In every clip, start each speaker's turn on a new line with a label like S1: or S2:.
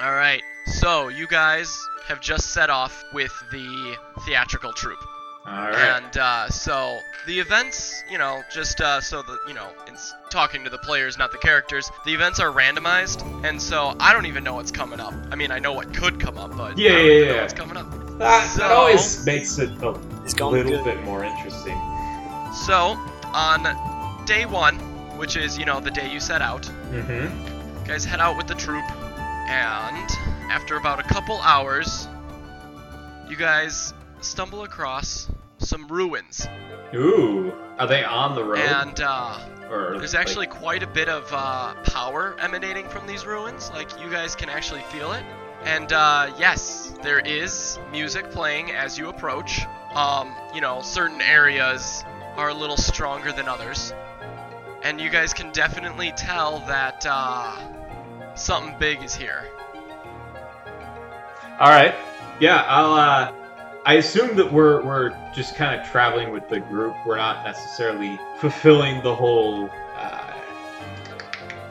S1: All right. So you guys have just set off with the theatrical troupe.
S2: All right.
S1: And uh, so the events, you know, just uh, so that, you know, in s- talking to the players, not the characters, the events are randomized. And so I don't even know what's coming up. I mean, I know what could come up, but
S2: Yeah,
S1: I don't
S2: yeah,
S1: even know
S2: yeah.
S1: what's coming up.
S2: Ah, That, that
S1: So-
S2: always makes it a
S3: It's
S2: little
S3: going good.
S2: bit more interesting.
S1: So on day one, which is, you know, the day you set out,
S2: Mm-hmm.
S1: You guys head out with the troop, and after about a couple hours, you guys stumble across some ruins.
S2: Ooh. Are they on the road?
S1: And uh,
S2: or
S1: there's
S2: like-
S1: actually quite a bit of uh, power emanating from these ruins. Like, you guys can actually feel it. And uh, yes, there is music playing as you approach. Um, you know, certain areas are a little stronger than others. And you guys can definitely tell that uh, something big is here.
S2: All right. Yeah, I'll. Uh, I assume that we're we're just kind of traveling with the group. We're not necessarily fulfilling the whole. Uh,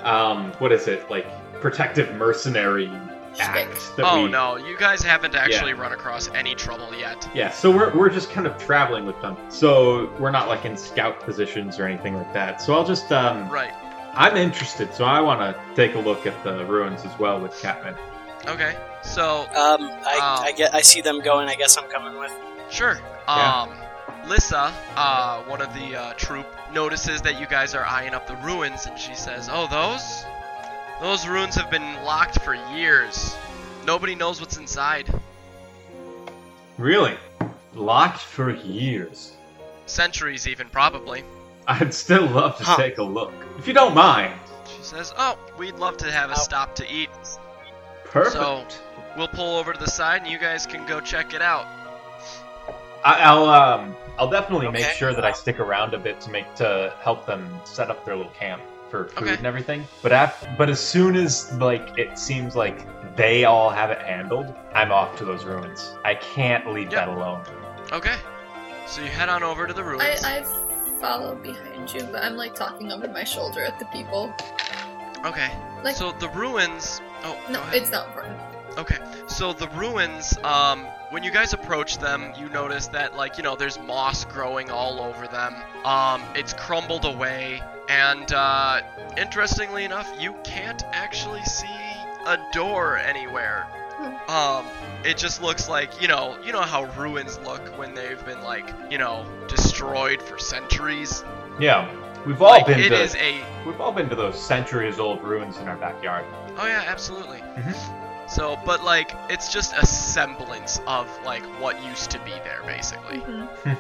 S2: um, what is it like? Protective mercenary act. That
S1: oh
S2: we,
S1: no, you guys haven't actually run across any trouble yet.
S2: Yeah, so we're, we're just kind of traveling with them. So we're not like in scout positions or anything like that. So I'll just um,
S1: Right.
S2: I'm interested, so I want to take a look at the ruins as well with Catman.
S1: Okay. So
S3: Um, I,
S1: Um,
S3: I get, I see them going. I guess I'm coming with.
S1: sure.
S2: Yeah.
S1: Um, Lissa, uh, one of the uh, troop, notices that you guys are eyeing up the ruins, and she says, "Oh, those, those ruins have been locked for years. Nobody knows what's inside.
S2: Really, locked for years.
S1: Centuries, even probably."
S2: I'd still love to
S3: Huh.
S2: take a look, if you don't mind.
S1: She says, "Oh, we'd love to have a
S3: Ow.
S1: stop to eat.
S2: Perfect.
S1: So- We'll pull over to the side, and you guys can go check it out."
S2: I, I'll um, I'll definitely make
S3: Okay.
S2: sure that I stick around a bit to make to help them set up their little camp for food
S1: Okay.
S2: and everything. But af- but as soon as like it seems like they all have it handled, I'm off to those ruins. I can't leave
S1: Yep.
S2: that alone.
S1: Okay. So you head on over to the ruins.
S4: I, I follow behind you, but I'm like talking over my shoulder at the people.
S1: Okay.
S4: Like-
S1: so the ruins. Oh, go
S4: No,
S1: ahead.
S4: it's not important.
S1: Okay. So the ruins. Um, when you guys approach them, you notice that like you know there's moss growing all over them. Um, it's crumbled away, and uh, interestingly enough, you can't actually see a door anywhere.
S4: Hmm.
S1: Um, it just looks like you know you know how ruins look when they've been like you know destroyed for centuries.
S2: Yeah, we've all
S1: like,
S2: been
S1: it
S2: to
S1: is a
S2: we've all been to those centuries old ruins in our backyard.
S1: Oh yeah, absolutely.
S2: Mhm.
S1: So, but like, it's just a semblance of like what used to be there, basically.
S4: Mm-hmm.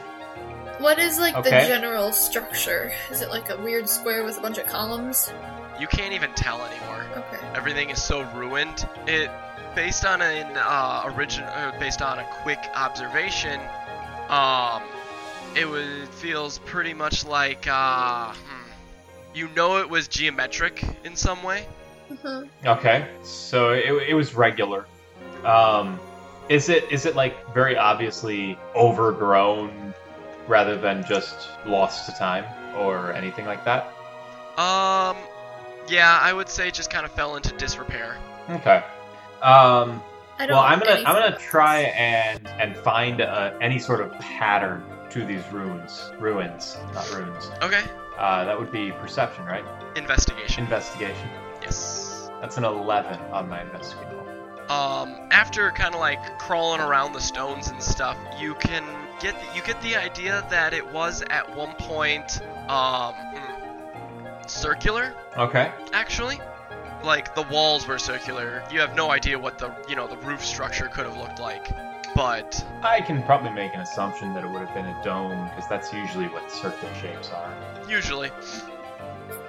S4: What is like
S2: Okay.
S4: the general structure? Is it like a weird square with a bunch of columns?
S1: You can't even tell anymore.
S4: Okay.
S1: Everything is so ruined. It, based on an uh, origin, uh, based on a quick observation, um, it was feels pretty much like uh, hmm, you know, it was geometric in some way.
S4: Mhm.
S2: Okay, so it, it was regular. Um, is it is it like very obviously overgrown rather than just lost to time or anything like that?
S1: Um, yeah, I would say just kind of fell into disrepair.
S2: Okay. Um,
S4: I don't
S2: well, I'm
S4: know
S2: gonna I'm
S4: anything
S2: gonna
S4: about
S2: try
S4: this.
S2: and and find uh any sort of pattern to these ruins ruins not ruins.
S1: Okay,
S2: Uh, that would be perception, right?
S1: investigation.
S2: Investigation.
S1: Yes.
S2: That's an eleven on my investigation. roll.
S1: um, after kind of like crawling around the stones and stuff, you can get the, you get the idea that it was at one point um, hmm, circular
S2: Okay.
S1: actually. Like the walls were circular. You have no idea what the you know the roof structure could have looked like, but
S2: I can probably make an assumption that it would have been a dome because that's usually what circle shapes are.
S1: usually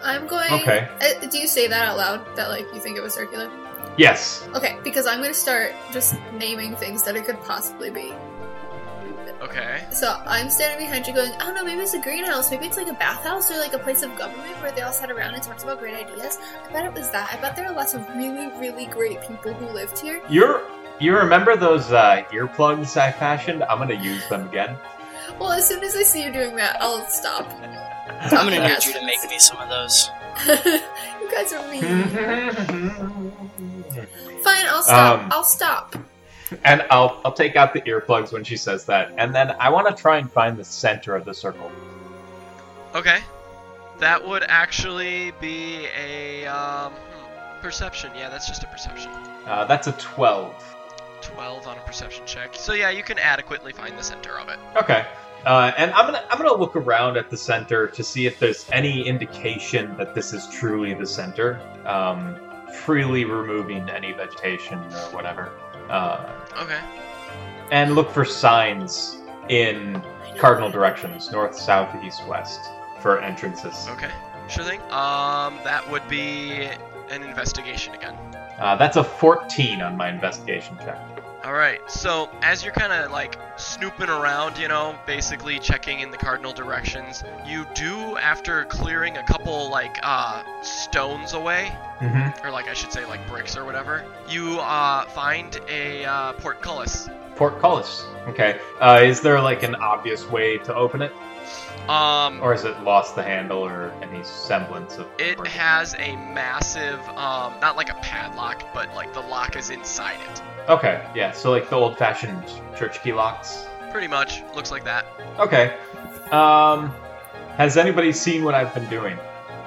S4: I'm going.
S2: Okay.
S4: Uh, do you say that out loud? That like you think it was circular?
S2: Yes.
S4: Okay, because I'm gonna start just naming things that it could possibly be.
S1: okay.
S4: So I'm standing behind you, going, "Oh no, maybe it's a greenhouse. Maybe it's like a bathhouse or like a place of government where they all sat around and talked about great ideas. I bet it was that. I bet there are lots of really, really great people who lived here.
S2: You're. You remember those uh, earplugs I fashioned? I'm gonna use them again.
S4: Well, as soon as I see you doing that, I'll stop.
S3: I'm gonna need
S4: Yes.
S3: you to make me some of those.
S4: yeah,
S5: You guys are
S2: Mm-hmm.
S5: mean. Fine, I'll stop.
S2: Um,
S5: I'll stop.
S2: and I'll I'll take out the earplugs when she says that, and then I want to try and find the center of the circle.
S1: Okay. That would actually be a um, hmm, perception. Yeah, that's just a perception.
S2: Uh, that's a twelve.
S1: 12 on a perception check. So yeah, you can adequately find the center of it.
S2: Okay. Uh, and I'm gonna I'm gonna look around at the center to see if there's any indication that this is truly the center. Um, freely removing any vegetation or whatever, uh,
S1: Okay.
S2: and look for signs in cardinal directions: north, south, east, west for entrances.
S1: Okay. Sure thing. Um, that would be an investigation again.
S2: Uh, that's a 14 on my investigation check.
S1: All right. So as you're kind of like snooping around, you know, basically checking in the cardinal directions, you do after clearing a couple like uh, stones away,
S2: Mm-hmm.
S1: or like I should say like bricks or whatever, you uh, find a uh, portcullis.
S2: Portcullis. Okay. Uh, is there like an obvious way to open it,
S1: Um,
S2: or is it lost the handle or any semblance of?
S1: It has a massive, um, not like a padlock, but like the lock is inside it.
S2: Okay. Yeah. So like the old-fashioned church key locks.
S1: Pretty much looks like that.
S2: Okay. Um, has anybody seen what I've been doing?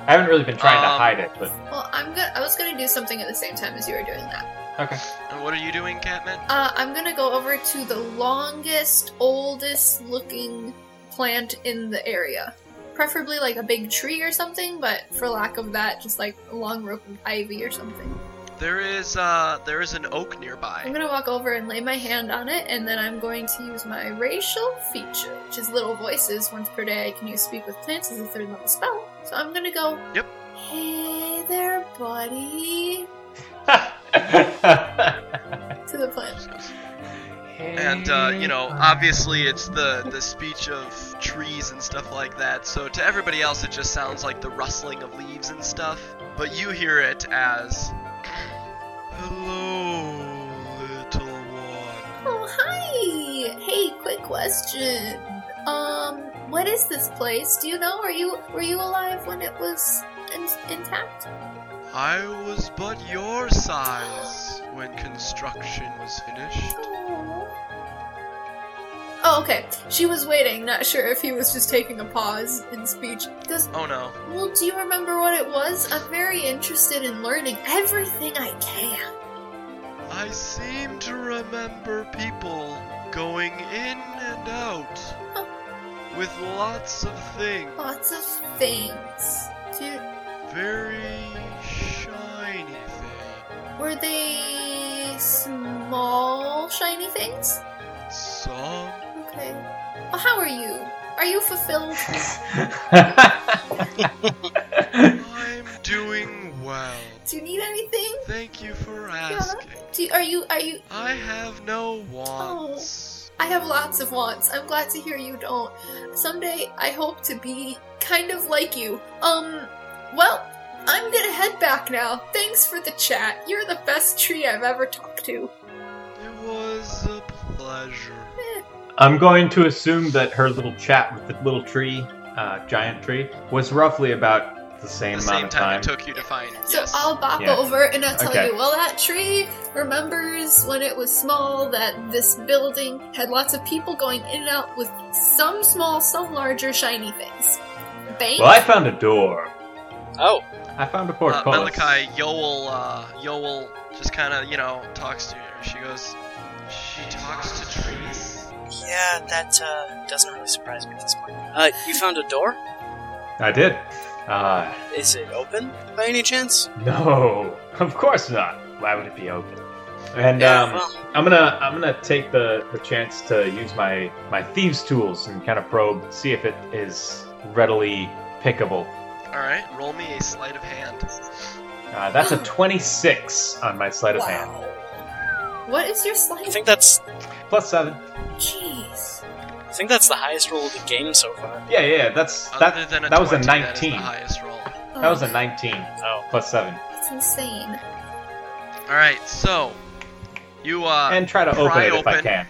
S2: I haven't really been trying
S1: Um,
S2: to hide it, but
S5: Well, I'm gonna. I was gonna do something at the same time as you were doing that.
S2: okay.
S1: And what are you doing, Catman?
S5: Uh, I'm gonna go over to the longest, oldest looking plant in the area. Preferably like a big tree or something, but for lack of that, just like a long rope of ivy or something.
S1: There is uh, there is an oak
S5: I'm
S1: nearby.
S5: gonna walk over and lay my hand on it, and then I'm going to use my racial feature, which is little voices. Once per day, I can use speak with plants as a third level spell. So I'm gonna go.
S1: Yep.
S5: Hey there, buddy. To the plant.
S1: And uh, you know, obviously it's the the speech of trees and stuff like that. So to everybody else, it just sounds like the rustling of leaves and stuff. But you hear it as, "Hello, little one."
S5: Oh hi. Hey, quick question. Um, what is this place? Do you know? Were you were you alive when it was in- intact?
S1: I was but your size when construction was finished.
S5: Oh. Oh, okay. She was waiting, not sure if he was just taking a pause in speech. He goes,
S1: Oh no.
S5: Well, do you remember what it was? I'm very interested in learning everything I can.
S1: I seem to remember people going in and out with lots of things.
S5: Lots of things. Do you,
S1: Very shiny things.
S5: were they small, shiny things?
S1: Some
S5: Okay. Well, how are you? Are you fulfilled?
S1: I'm doing well.
S5: Do you need anything?
S1: Thank you for asking.
S5: Do you, are you are you?
S1: I have no wants.
S5: I have lots of wants. I'm glad to hear you don't. Someday I hope to be kind of like you. Um. Well, I'm gonna head back now. Thanks for the chat. You're the best tree I've ever talked to.
S1: It was a pleasure.
S2: I'm going to assume that her little chat with the little tree, uh, giant tree, was roughly about the same
S1: the
S2: amount
S1: same
S2: of
S1: time
S2: time.
S1: it took you to find.
S5: So
S1: yes.
S5: I'll bop
S2: Yeah.
S5: over and I'll tell
S2: Okay.
S5: you, well, that tree remembers when it was small that this building had lots of people going in and out with some small, some larger, shiny things. Bank?
S2: well, I found a door.
S3: Oh,
S2: I found a
S1: uh,
S2: portcullis.
S1: Malachi Yoel, uh, Yoel just kind of, you know, talks to her. She goes, she talks to trees.
S3: yeah, that uh, doesn't really surprise me at this point. Uh, you found a door?
S2: I did. Uh,
S3: Is it open by any chance?
S2: no, of course not. Why would it be open? And
S3: yeah,
S2: um,
S3: well,
S2: I'm gonna I'm gonna take the, the chance to use my my thieves tools and kind of probe, see if it is readily pickable.
S1: All right, roll me a sleight of hand.
S2: Uh, that's a 26 on my sleight of hand,
S5: What is your
S3: I
S5: slice?
S3: think that's
S2: plus seven.
S5: Jeez.
S3: I think that's the highest roll of the game so far.
S2: Yeah, yeah, that's
S1: Other
S2: that.
S1: than a
S2: that was a
S1: 20, that is the
S2: 19.
S1: highest roll.
S2: That was a 19
S3: Oh,
S2: plus seven,
S5: That's insane.
S1: All right, so you uh
S2: and try to open
S1: pry
S2: it if I
S1: open.
S2: can.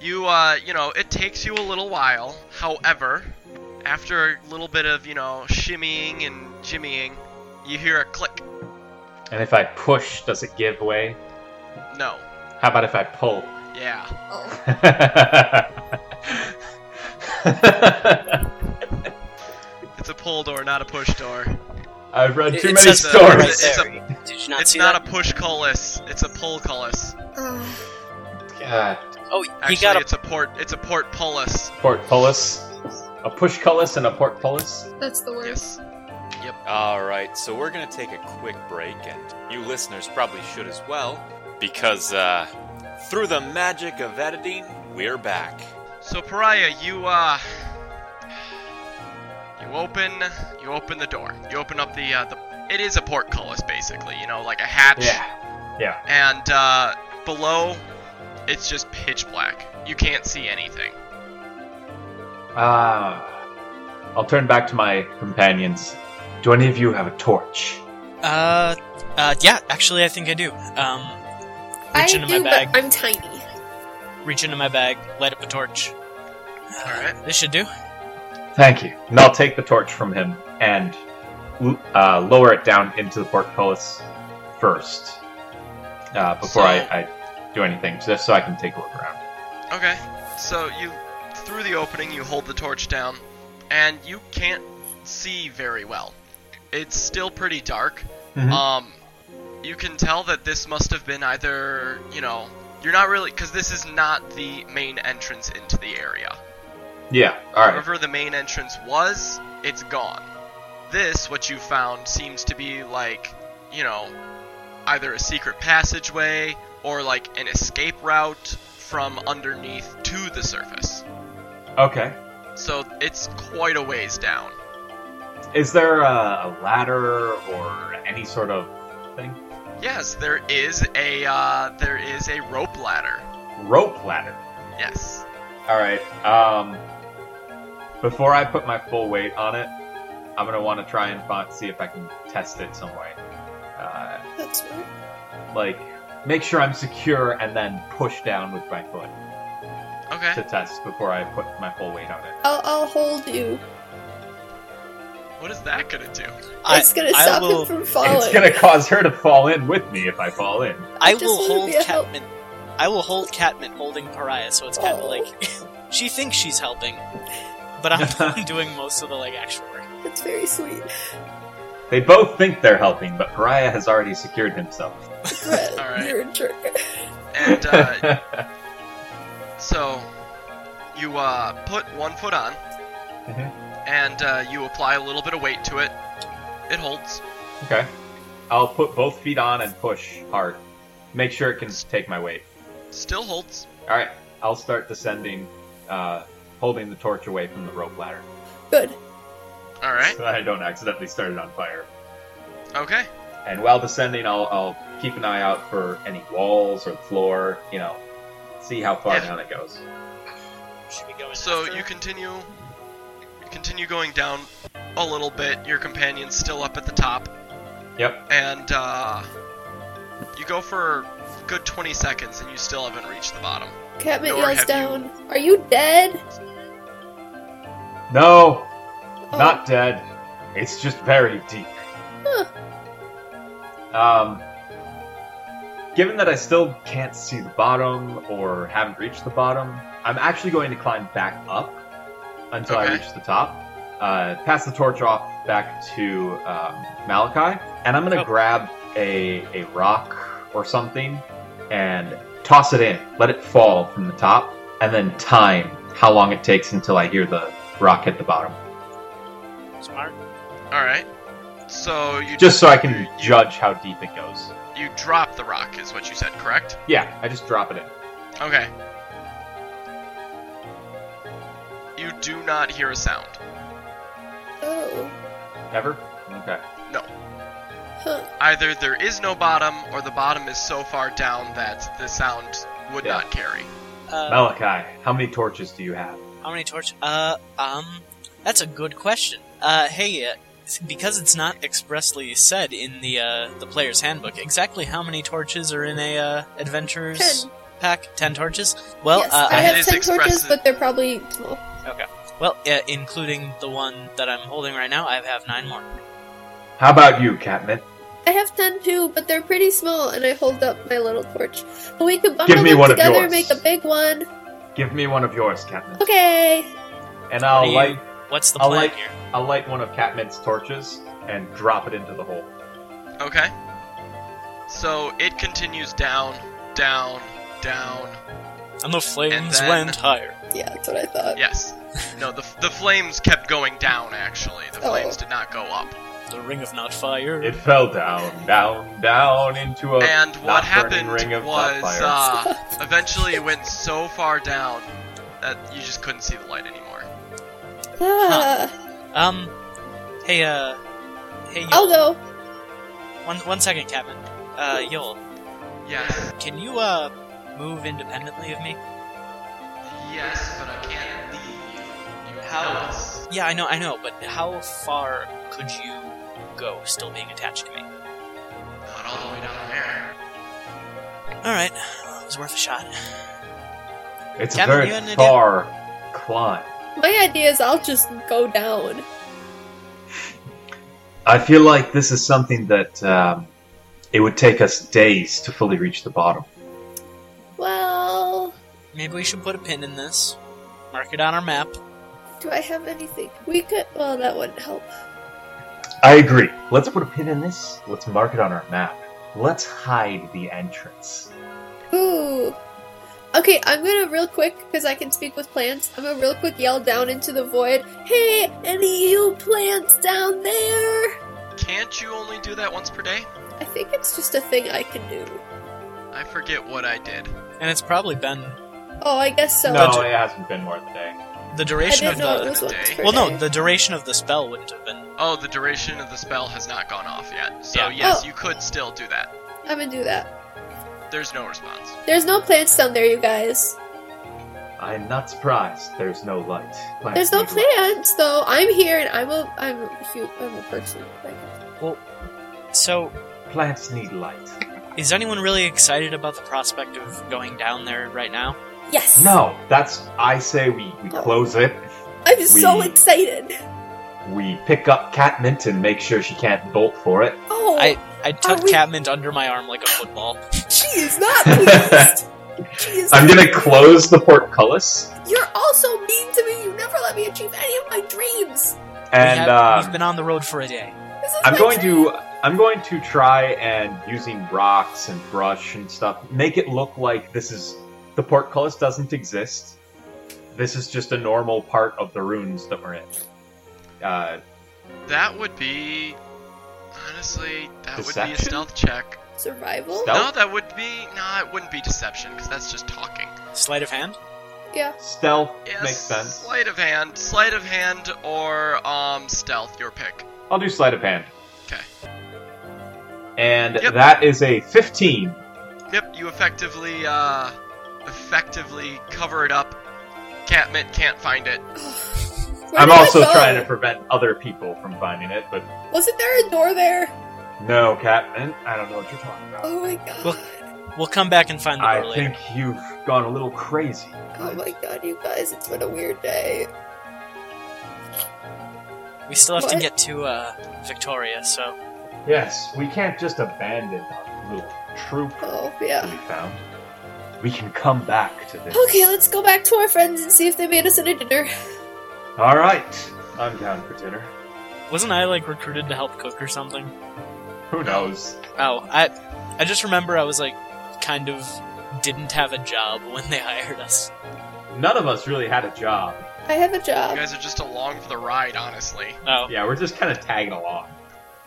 S1: you uh you know it takes you a little while. However, after a little bit of you know shimmying and jimmying, You hear a click.
S2: And if I push, does it give way?
S1: No.
S2: How about if I pull?
S1: Yeah.
S4: Oh,
S1: It's a pull door, not a push door.
S2: I've read
S3: It-
S2: too
S3: it
S2: many
S3: says the word
S2: stories.
S1: It's a-
S3: right there. Did you not
S1: it's
S3: see
S1: not
S3: that?
S1: a push cullis. It's a pull cullis.
S5: uh,
S4: Ugh.
S2: God.
S3: oh,
S1: Actually,
S3: you got a
S1: it's a port. It's a port pullis.
S2: Portcullis. A push cullis and a portcullis.
S4: that's the word.
S1: Yes.
S6: All right, so we're going to take a quick break, and you listeners probably should as well, because uh, through the magic of editing, we're back.
S1: So Pariah, you uh, you open you open the door. You open up the uh, the. It is a portcullis, basically. You know, like a hatch.
S2: Yeah.
S1: And uh, below, it's just pitch black. You can't see anything.
S2: Ah. I'll turn back to my companions. Do any of you have a torch?
S3: Uh, uh, yeah, actually, I think I do. Um,
S4: I
S3: reach into
S4: do,
S3: my bag,
S4: but I'm tiny.
S3: reach into my bag, light up a torch. Uh,
S1: Alright.
S3: This should do.
S2: Thank you. And I'll take the torch from him and uh, lower it down into the portcullis first uh, before
S1: So-
S2: I, I do anything, just so I can take a look around.
S1: Okay. So you through the opening, you hold the torch down, and you can't see very well. It's still pretty dark.
S2: Mhm.
S1: Um, you can tell that this must have been either you know you're not really because this is not the main entrance into the area.
S2: Yeah. All right.
S1: Wherever the main entrance was, it's gone. This, what you found, seems to be like, you know, either a secret passageway or like an escape route from underneath to the surface.
S2: Okay.
S1: So it's quite a ways down.
S2: Is there a, a ladder or any sort of thing?
S1: Yes, there is a uh, there is a rope ladder.
S2: Rope ladder.
S1: Yes.
S2: All right. Um, before I put my full weight on it, I'm gonna want to try and find, see if I can test it some way. Uh,
S4: That's weird.
S2: like, make sure I'm secure and then push down with my foot
S1: Okay.
S2: to test before I put my full weight on it.
S4: I'll, I'll hold you.
S1: What is that gonna do?
S3: I,
S4: it's gonna
S3: I
S4: stop
S3: will-
S4: him from falling.
S2: It's gonna cause her to fall in with me if I fall in.
S3: I
S4: just
S3: will
S4: wanna
S3: hold
S4: be a help.
S3: Catman. I will hold Catman holding Pariah, so it's kind of
S4: Oh.
S3: like she thinks she's helping, but I'm doing most of the like actual work.
S4: That's very sweet.
S2: They both think they're helping, but Pariah has already secured himself.
S4: Brett,
S1: All right.
S4: you're a jerk.
S1: And uh, So you uh, put one foot on,
S2: Mhm.
S1: and uh, you apply a little bit of weight to it. It holds.
S2: Okay. I'll put both feet on and push hard. Make sure it can take my weight.
S1: Still holds.
S2: All right. I'll start descending, uh, holding the torch away from the rope ladder.
S4: Good.
S1: All right.
S2: So that I don't accidentally start it on fire.
S1: Okay.
S2: And while descending, I'll, I'll keep an eye out for any walls or floor, you know, see how far
S1: Yeah.
S2: down it goes.
S3: Should we go in
S1: So
S3: after?
S1: you continue. You continue going down a little bit. Your companion's still up at the top,
S2: Yep.
S1: and uh, you go for a good 20 seconds, and you still haven't reached the bottom.
S4: Catman
S1: Nor
S4: yells
S1: have
S4: down, Are you dead?
S2: No,
S4: Oh,
S2: not dead. It's just very deep. Um, given that I still can't see the bottom or haven't reached the bottom, I'm actually going to climb back up until
S1: Okay.
S2: I reach the top. Uh, pass the torch off back to um, Malachi, and I'm going to
S3: Oh.
S2: grab a, a rock or something and toss it in. Let it fall from the top, and then time how long it takes until I hear the rock hit the bottom.
S3: smart.
S1: All right. So you
S2: Just so I can judge how deep it goes.
S1: you drop the rock, is what you said, correct?
S2: Yeah, I just drop it in.
S1: Okay. You do not hear a sound.
S4: Oh.
S2: Never? Okay.
S4: Huh.
S1: Either there is no bottom, or the bottom is so far down that the sound would
S2: Yeah.
S1: not carry.
S3: Uh,
S2: Malachi, how many torches do you have?
S3: How many torch? Uh, um, that's a good question. Uh, hey, uh, because it's not expressly said in the uh, the player's handbook exactly how many torches are in a uh, adventurer's
S4: Ten.
S3: pack. Ten torches. Well,
S4: yes,
S3: uh,
S4: I
S1: it
S4: have
S1: is
S4: ten torches,
S1: expressive.
S4: but they're probably. well,
S3: well, uh, including the one that I'm holding right now, I have nine more.
S2: How about you, Catnip?
S5: I have ten too, but they're pretty small, and I hold up my little torch. But we could
S2: Give
S5: bundle
S2: me
S5: them
S2: one of
S5: together
S2: yours.
S5: and make a big one.
S2: Give me one of yours, Catnip.
S5: Okay.
S2: And
S3: What do
S2: I'll
S3: you-
S2: light
S3: What's the
S2: I'll
S3: plan
S2: like-
S3: here?
S2: I'll light one of Catnip's torches and drop it into the hole.
S1: Okay. So it continues down, down, down.
S3: And the flames
S1: then-
S3: went higher.
S5: Yeah, that's what I thought.
S1: Yes. No, the, the flames kept going down, actually. The
S5: Oh.
S1: flames did not go up.
S3: The ring of not fire.
S2: It fell down, down, down into a
S1: and what
S2: Oh, not
S1: happened
S2: burning ring of
S1: was
S2: fire.
S1: uh, eventually it went so far down that you just couldn't see the light anymore.
S5: Ah,
S3: um, hey, uh, hey, Yol.
S5: I'll go.
S3: One, one second, Captain. Uh, Yol,
S1: Yes.
S3: can you, uh, move independently of me?
S1: Yes, but I can't leave you.
S3: How-
S1: know this.
S3: Yeah, I know, I know, but how far could you go still being attached to me?
S1: Not all the way down there.
S3: Alright, it was worth a shot.
S2: It's
S3: Catnip,
S2: a very
S3: you had an idea?
S2: far climb.
S5: My idea is I'll just go down.
S2: I feel like this is something that um, it would take us days to fully reach the bottom.
S5: Well,
S3: Maybe we should put a pin in this, mark it on our map.
S5: do I have anything? We could. Well, that wouldn't help.
S2: I agree. Let's put a pin in this. Let's mark it on our map. Let's hide the entrance.
S5: Ooh. Okay, I'm gonna real quick, because I can speak with plants, I'm gonna real quick yell down into the void, Hey, any of you plants down there?
S1: Can't you only do that once per day?
S5: I think it's just a thing I can do.
S1: I forget what I did.
S3: And it's probably been
S5: Oh, I guess so.
S2: No, it hasn't been more than a day.
S3: the
S5: I
S3: duration of
S5: didn't know it
S3: the.
S5: was once
S1: day.
S5: per
S3: Well, no,
S5: day.
S3: the duration of the spell wouldn't have been.
S1: Oh, the duration of the spell has not gone off yet. So
S3: Yeah.
S1: yes,
S5: Oh.
S1: you could still do that.
S5: I'm gonna do that.
S1: There's no response.
S5: There's no plants down there, you guys.
S2: I'm not surprised. There's no light. Plants
S5: There's no
S2: need light.
S5: plants, though. I'm here, and I'm a, I'm a, hu- I'm a person. Like,
S3: So,
S2: Plants need light.
S3: is anyone really excited about the prospect of going down there right now?
S5: yes.
S2: No, that's. I say we, we close it.
S5: I'm so
S2: We-
S5: excited.
S2: We pick up Catmint and make sure she can't bolt for it.
S5: Oh,
S3: I I tucked
S5: we-
S3: Catmint under my arm like a football.
S5: she is not pleased. she is
S2: I'm gonna close the portcullis
S5: You're also mean to me. You never let me achieve any of my dreams.
S2: and
S3: we have,
S2: um,
S3: we've been on the road for a day.
S5: This is
S2: I'm
S5: my
S2: going
S5: dream.
S2: to I'm going to try and using rocks and brush and stuff make it look like this is the portcullis doesn't exist. This is just a normal part of the runes that we're in. Uh,
S1: That would be honestly that would be a
S2: Deception?
S1: stealth check.
S5: survival.
S2: Nope.
S1: No, that would be no, it wouldn't be deception because that's just talking.
S3: Sleight of hand?
S5: Yeah.
S2: stealth
S1: Yes,
S2: makes sense.
S1: Sleight of hand, sleight of hand, or um stealth, your pick.
S2: I'll do sleight of hand.
S1: 'Kay.
S2: And
S1: Yep.
S2: that is a 15.
S1: Yep, you effectively uh effectively cover it up. Catmint can't find it.
S5: Where
S2: I'm
S5: did I
S2: also
S5: go?
S2: trying to prevent other people from finding it, but
S5: Wasn't there a door there?
S2: no, Captain. I don't know what you're talking about.
S5: Oh my god.
S3: Well, We'll come back and find the door
S2: I
S3: later.
S2: think you've gone a little crazy.
S5: oh my god, you guys, it's been a weird day.
S3: We still have to
S5: What?
S3: get to uh, Victoria, so
S2: Yes, we can't just abandon our little troop
S5: Oh
S2: that
S5: yeah.
S2: we found. We can come back to this.
S5: Okay, let's go back to our friends and see if they made us any dinner.
S2: All right, I'm down for dinner.
S3: wasn't I like recruited to help cook or something?
S2: Who knows?
S3: Oh, I I just remember I was like kind of didn't have a job when they hired us.
S2: None of us really had a job.
S5: I have a
S1: You
S5: job.
S1: guys are just along for the ride, honestly.
S3: Oh,
S2: Yeah, we're just kind of tagging along.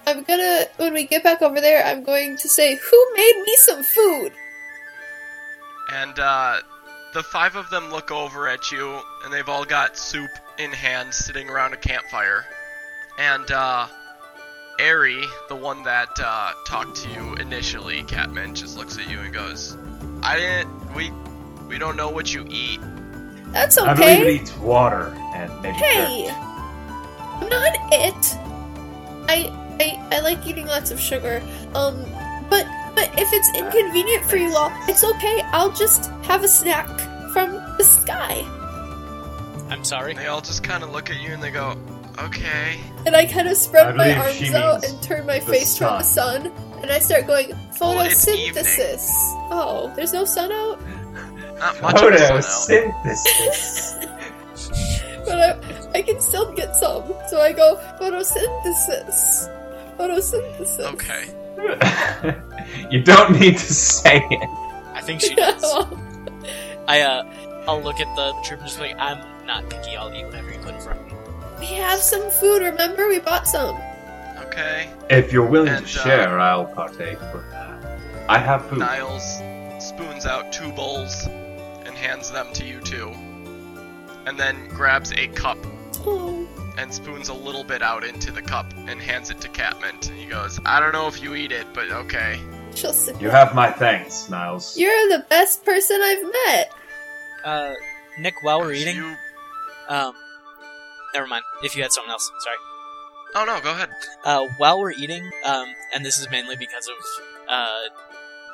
S5: I'm gonna when we get back over there, I'm going to say, Who made me some food?
S1: And uh, the five of them look over at you, and they've all got soup in hand, sitting around a campfire. And uh, Ari, the one that uh, talked to you initially, Catman, just looks at you and goes, "I didn't. We, we don't know what you eat.
S5: That's
S2: I believe
S5: okay.
S2: it eats water and maybe
S5: Hey!
S2: dirt.
S5: I'm not it. I I I like eating lots of sugar. Um but but if it's inconvenient for you all, it's okay. I'll just have a snack from the sky.
S3: I'm sorry.
S1: They all just kind of look at you and they go, Okay.
S5: And I kind of spread
S2: I
S5: my
S2: believe she
S5: arms out
S2: means
S5: and turn my
S2: the
S5: face toward the sun. And I start going,
S1: Well, it's
S5: photosynthesis. oh, there's no sun out?
S1: Not much of a sun out.
S2: Photosynthesis.
S5: But I, I can still get some. So I go, photosynthesis. Photosynthesis.
S1: Okay.
S2: you don't need to say it.
S3: I think she does. I uh, I'll look at the troop and just be like, I'm not picky. I'll eat whatever you put in front of me.
S5: we have some food, remember? We bought some.
S1: Okay.
S2: If you're willing
S1: And, uh,
S2: to share, I'll partake. But uh, I have food.
S1: Niles spoons out two bowls and hands them to you two. And then grabs a cup
S5: Oh,
S1: and spoons a little bit out into the cup and hands it to Catmint. And he goes, I don't know if you eat it, but okay.
S5: she'll sit
S2: You
S5: down.
S2: have my thanks, Niles.
S5: You're the best person I've met.
S3: Uh, Nick, while we're
S1: As
S3: eating,
S1: you-
S3: um, never mind. If you had something else, sorry.
S1: Oh no, go ahead.
S3: Uh, while we're eating, um, and this is mainly because of uh,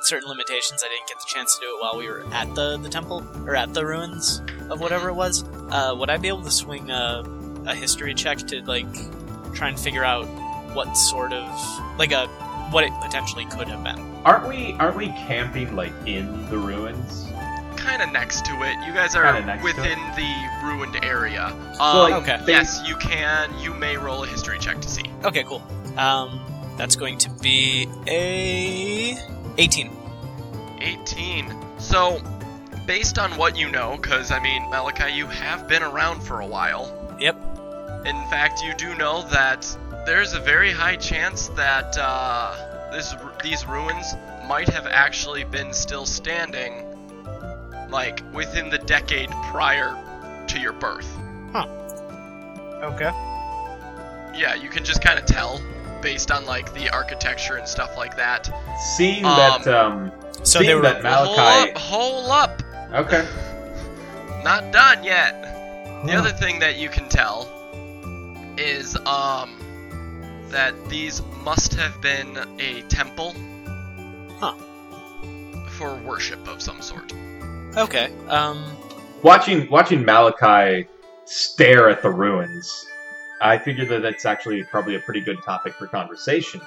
S3: certain limitations, I didn't get the chance to do it while we were at the, the temple or at the ruins of whatever it was. Uh, would I be able to swing a, a history check to like try and figure out what sort of like a what it potentially could have been?
S2: Aren't we? Aren't we camping like in the ruins?
S1: Kind of next to it. You guys are
S2: Kinda next to
S1: within the ruined area. Um,
S2: like,
S3: okay.
S2: they-
S1: yes, you can. You may roll a history check to see.
S3: Okay, cool. Um, that's going to be a eighteen.
S1: 18. So, based on what you know, because, I mean, Malachi, you have been around for a while.
S3: Yep.
S1: In fact, you do know that there's a very high chance that uh, this these ruins might have actually been still standing, like, within the decade prior to your birth.
S3: Okay.
S1: Yeah, you can just kind of tell based on, like, the architecture and stuff like that.
S2: Seeing
S1: Um,
S2: that, um,
S3: So
S2: seeing
S3: they were
S2: that Malachi.
S1: Hold up! Hold
S2: Okay.
S1: up! Not done yet! The other thing that you can tell is um that these must have been a temple.
S3: Huh.
S1: For worship of some sort.
S3: okay. Um,
S2: Watching watching Malachi stare at the ruins, I figure that that's actually probably a pretty good topic for conversation.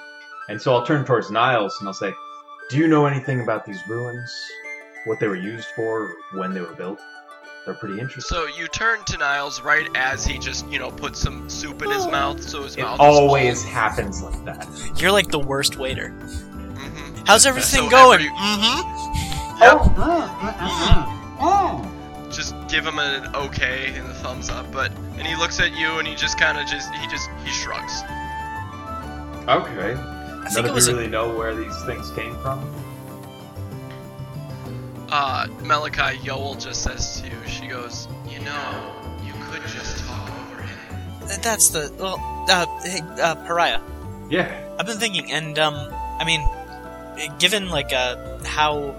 S2: And so I'll turn towards Niles and I'll say, "Do you know anything about these ruins? What they were used for? When they were built? They're pretty interesting."
S1: So you turn to Niles right as he just, you know, puts some soup in his
S5: Oh.
S1: mouth so his
S2: It
S1: mouth
S2: always happens like that.
S3: you're like the worst waiter.
S1: hmm
S3: How's everything
S1: So
S3: going?
S1: every-
S3: Mm-hmm.
S1: Just give him an okay and a thumbs up, but and he looks at you and he just kinda just he just he shrugs.
S2: Okay.
S3: I
S2: None
S3: think it
S2: of you
S3: was.
S2: really know where these things came from.
S1: Uh, Malachi Yoel just says to you, she goes, You know, you could just talk over him.
S3: A, that's the. Well, uh, hey, uh, Pariah.
S2: Yeah.
S3: I've been thinking, and um, I mean, eh, given like uh how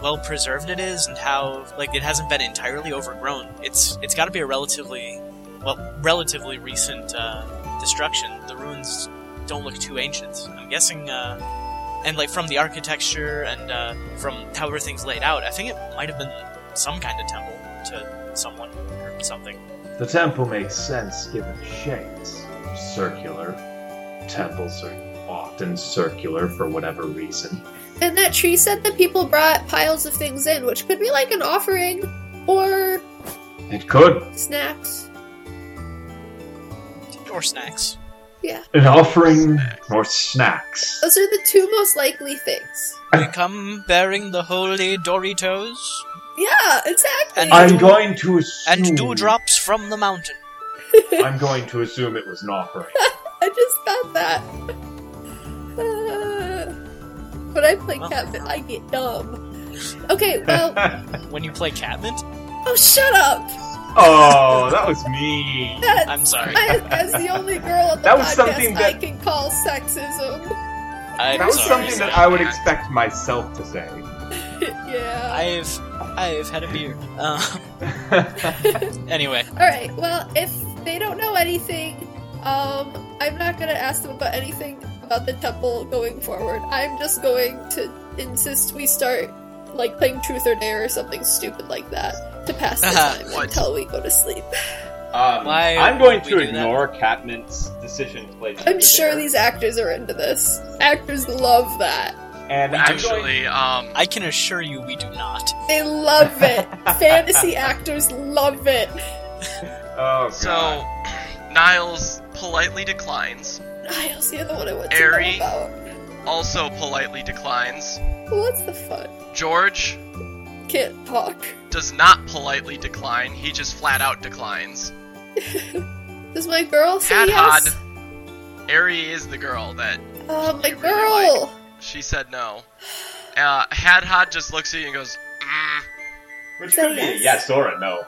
S3: well preserved it is, and how like it hasn't been entirely overgrown, it's it's got to be a relatively well relatively recent uh, destruction. The ruins don't look too ancient. I'm guessing. Uh, and like from the architecture and uh, from how everything's laid out, I think it might have been some kind of temple to someone or something.
S2: The temple makes sense given shapes. Circular. Temples are often circular for whatever reason.
S5: And that tree said that people brought piles of things in, which could be like an offering or
S2: It could.
S5: snacks.
S3: or snacks.
S2: An offering or snacks.
S5: Those are the two most likely things.
S3: We come bearing the holy Doritos
S5: Yeah, exactly.
S3: And-
S2: I'm going to assume.
S3: and dewdrops from the mountain.
S2: I'm going to assume it was an offering.
S5: I just got that. Uh, when I play
S3: Well.
S5: Catman, I get dumb. Okay, well,
S3: When you play Catmint?
S5: oh, shut up.
S2: oh, that was me.
S5: That,
S3: I'm sorry.
S5: I, as the only girl on the
S2: That was
S5: podcast,
S2: something that-
S5: I can call sexism.
S3: I'm
S2: That was
S3: sorry.
S2: something that I would expect myself to say.
S5: yeah.
S3: I've I've had a beer. Um, anyway,
S5: All right. Well, if they don't know anything, um, I'm not gonna ask them about anything about the temple going forward. I'm just going to insist we start like playing truth or dare or something stupid like that to pass the time
S1: What?
S5: until we go to sleep.
S2: Um,
S3: Why
S2: I'm going
S3: would
S2: to
S3: we do that?
S2: ignore Catman's decision to play.
S5: I'm
S2: Jupiter,
S5: sure these actors are into this. Actors love that.
S2: And I'm going,
S1: Actually, um,
S3: I can assure you we do not.
S5: They love it. Fantasy actors love it.
S2: oh,
S1: so Niles politely declines.
S5: Niles, you're the one I want to
S1: Airy.
S5: know about.
S1: Also politely declines.
S5: What's the fun?
S1: George
S5: Can't talk.
S1: does not politely decline. He just flat out declines.
S5: Does my girl say
S1: Tad
S5: yes?
S1: Hod, Ari is the girl that
S5: Oh, my
S1: You really
S5: girl.
S1: she said no. Uh, Hadhod just looks at you and goes, mm.
S2: which
S5: So
S2: could be a
S5: yes.
S2: yes or a no.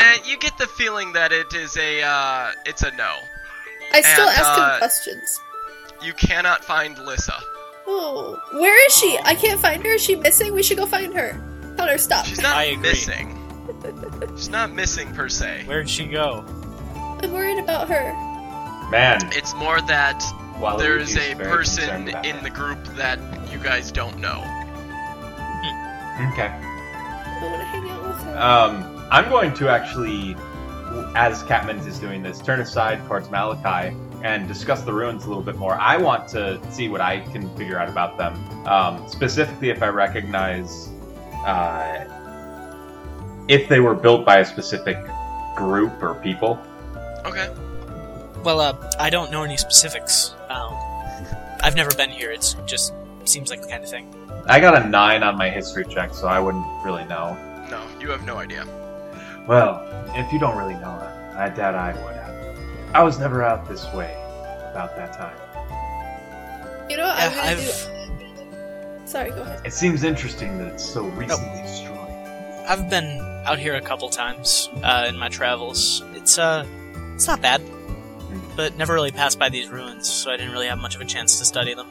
S1: and eh, you get the feeling that it is a uh, it's a no.
S5: I still
S1: And,
S5: ask him
S1: uh,
S5: questions.
S1: You cannot find Lissa.
S5: Oh, where is she? I can't find her. Is she missing? We should go find her. Tell her stop.
S1: She's not
S3: I agree.
S1: missing. She's not missing per se.
S3: Where'd she go?
S5: I'm worried about her.
S2: Man,
S1: It's more that
S2: While
S1: there is a person in the group that you guys don't know.
S2: Okay.
S5: I want to hang out with her.
S1: Uh,
S2: Um, I'm going to actually, as Catman's is doing this, turn aside towards Malachi and discuss the ruins a little bit more. I want to see what I can figure out about them, um, specifically if I recognize uh, if they were built by a specific group or people.
S1: Okay.
S3: Well, uh, I don't know any specifics. Um, I've never been here. It's just seems like the kind of thing.
S2: I got a nine on my history check, so I wouldn't really know.
S1: No, you have no idea.
S2: Well, if you don't really know her, I doubt I would have. I was never out this way about that time.
S5: you know what
S3: Yeah,
S5: I'm gonna
S3: I've
S5: do? Sorry, go ahead.
S2: It seems interesting that it's so recently destroyed.
S3: I've been out here a couple times uh, in my travels. It's uh, it's not bad,
S2: Hmm.
S3: but never really passed by these ruins, so I didn't really have much of a chance to study them.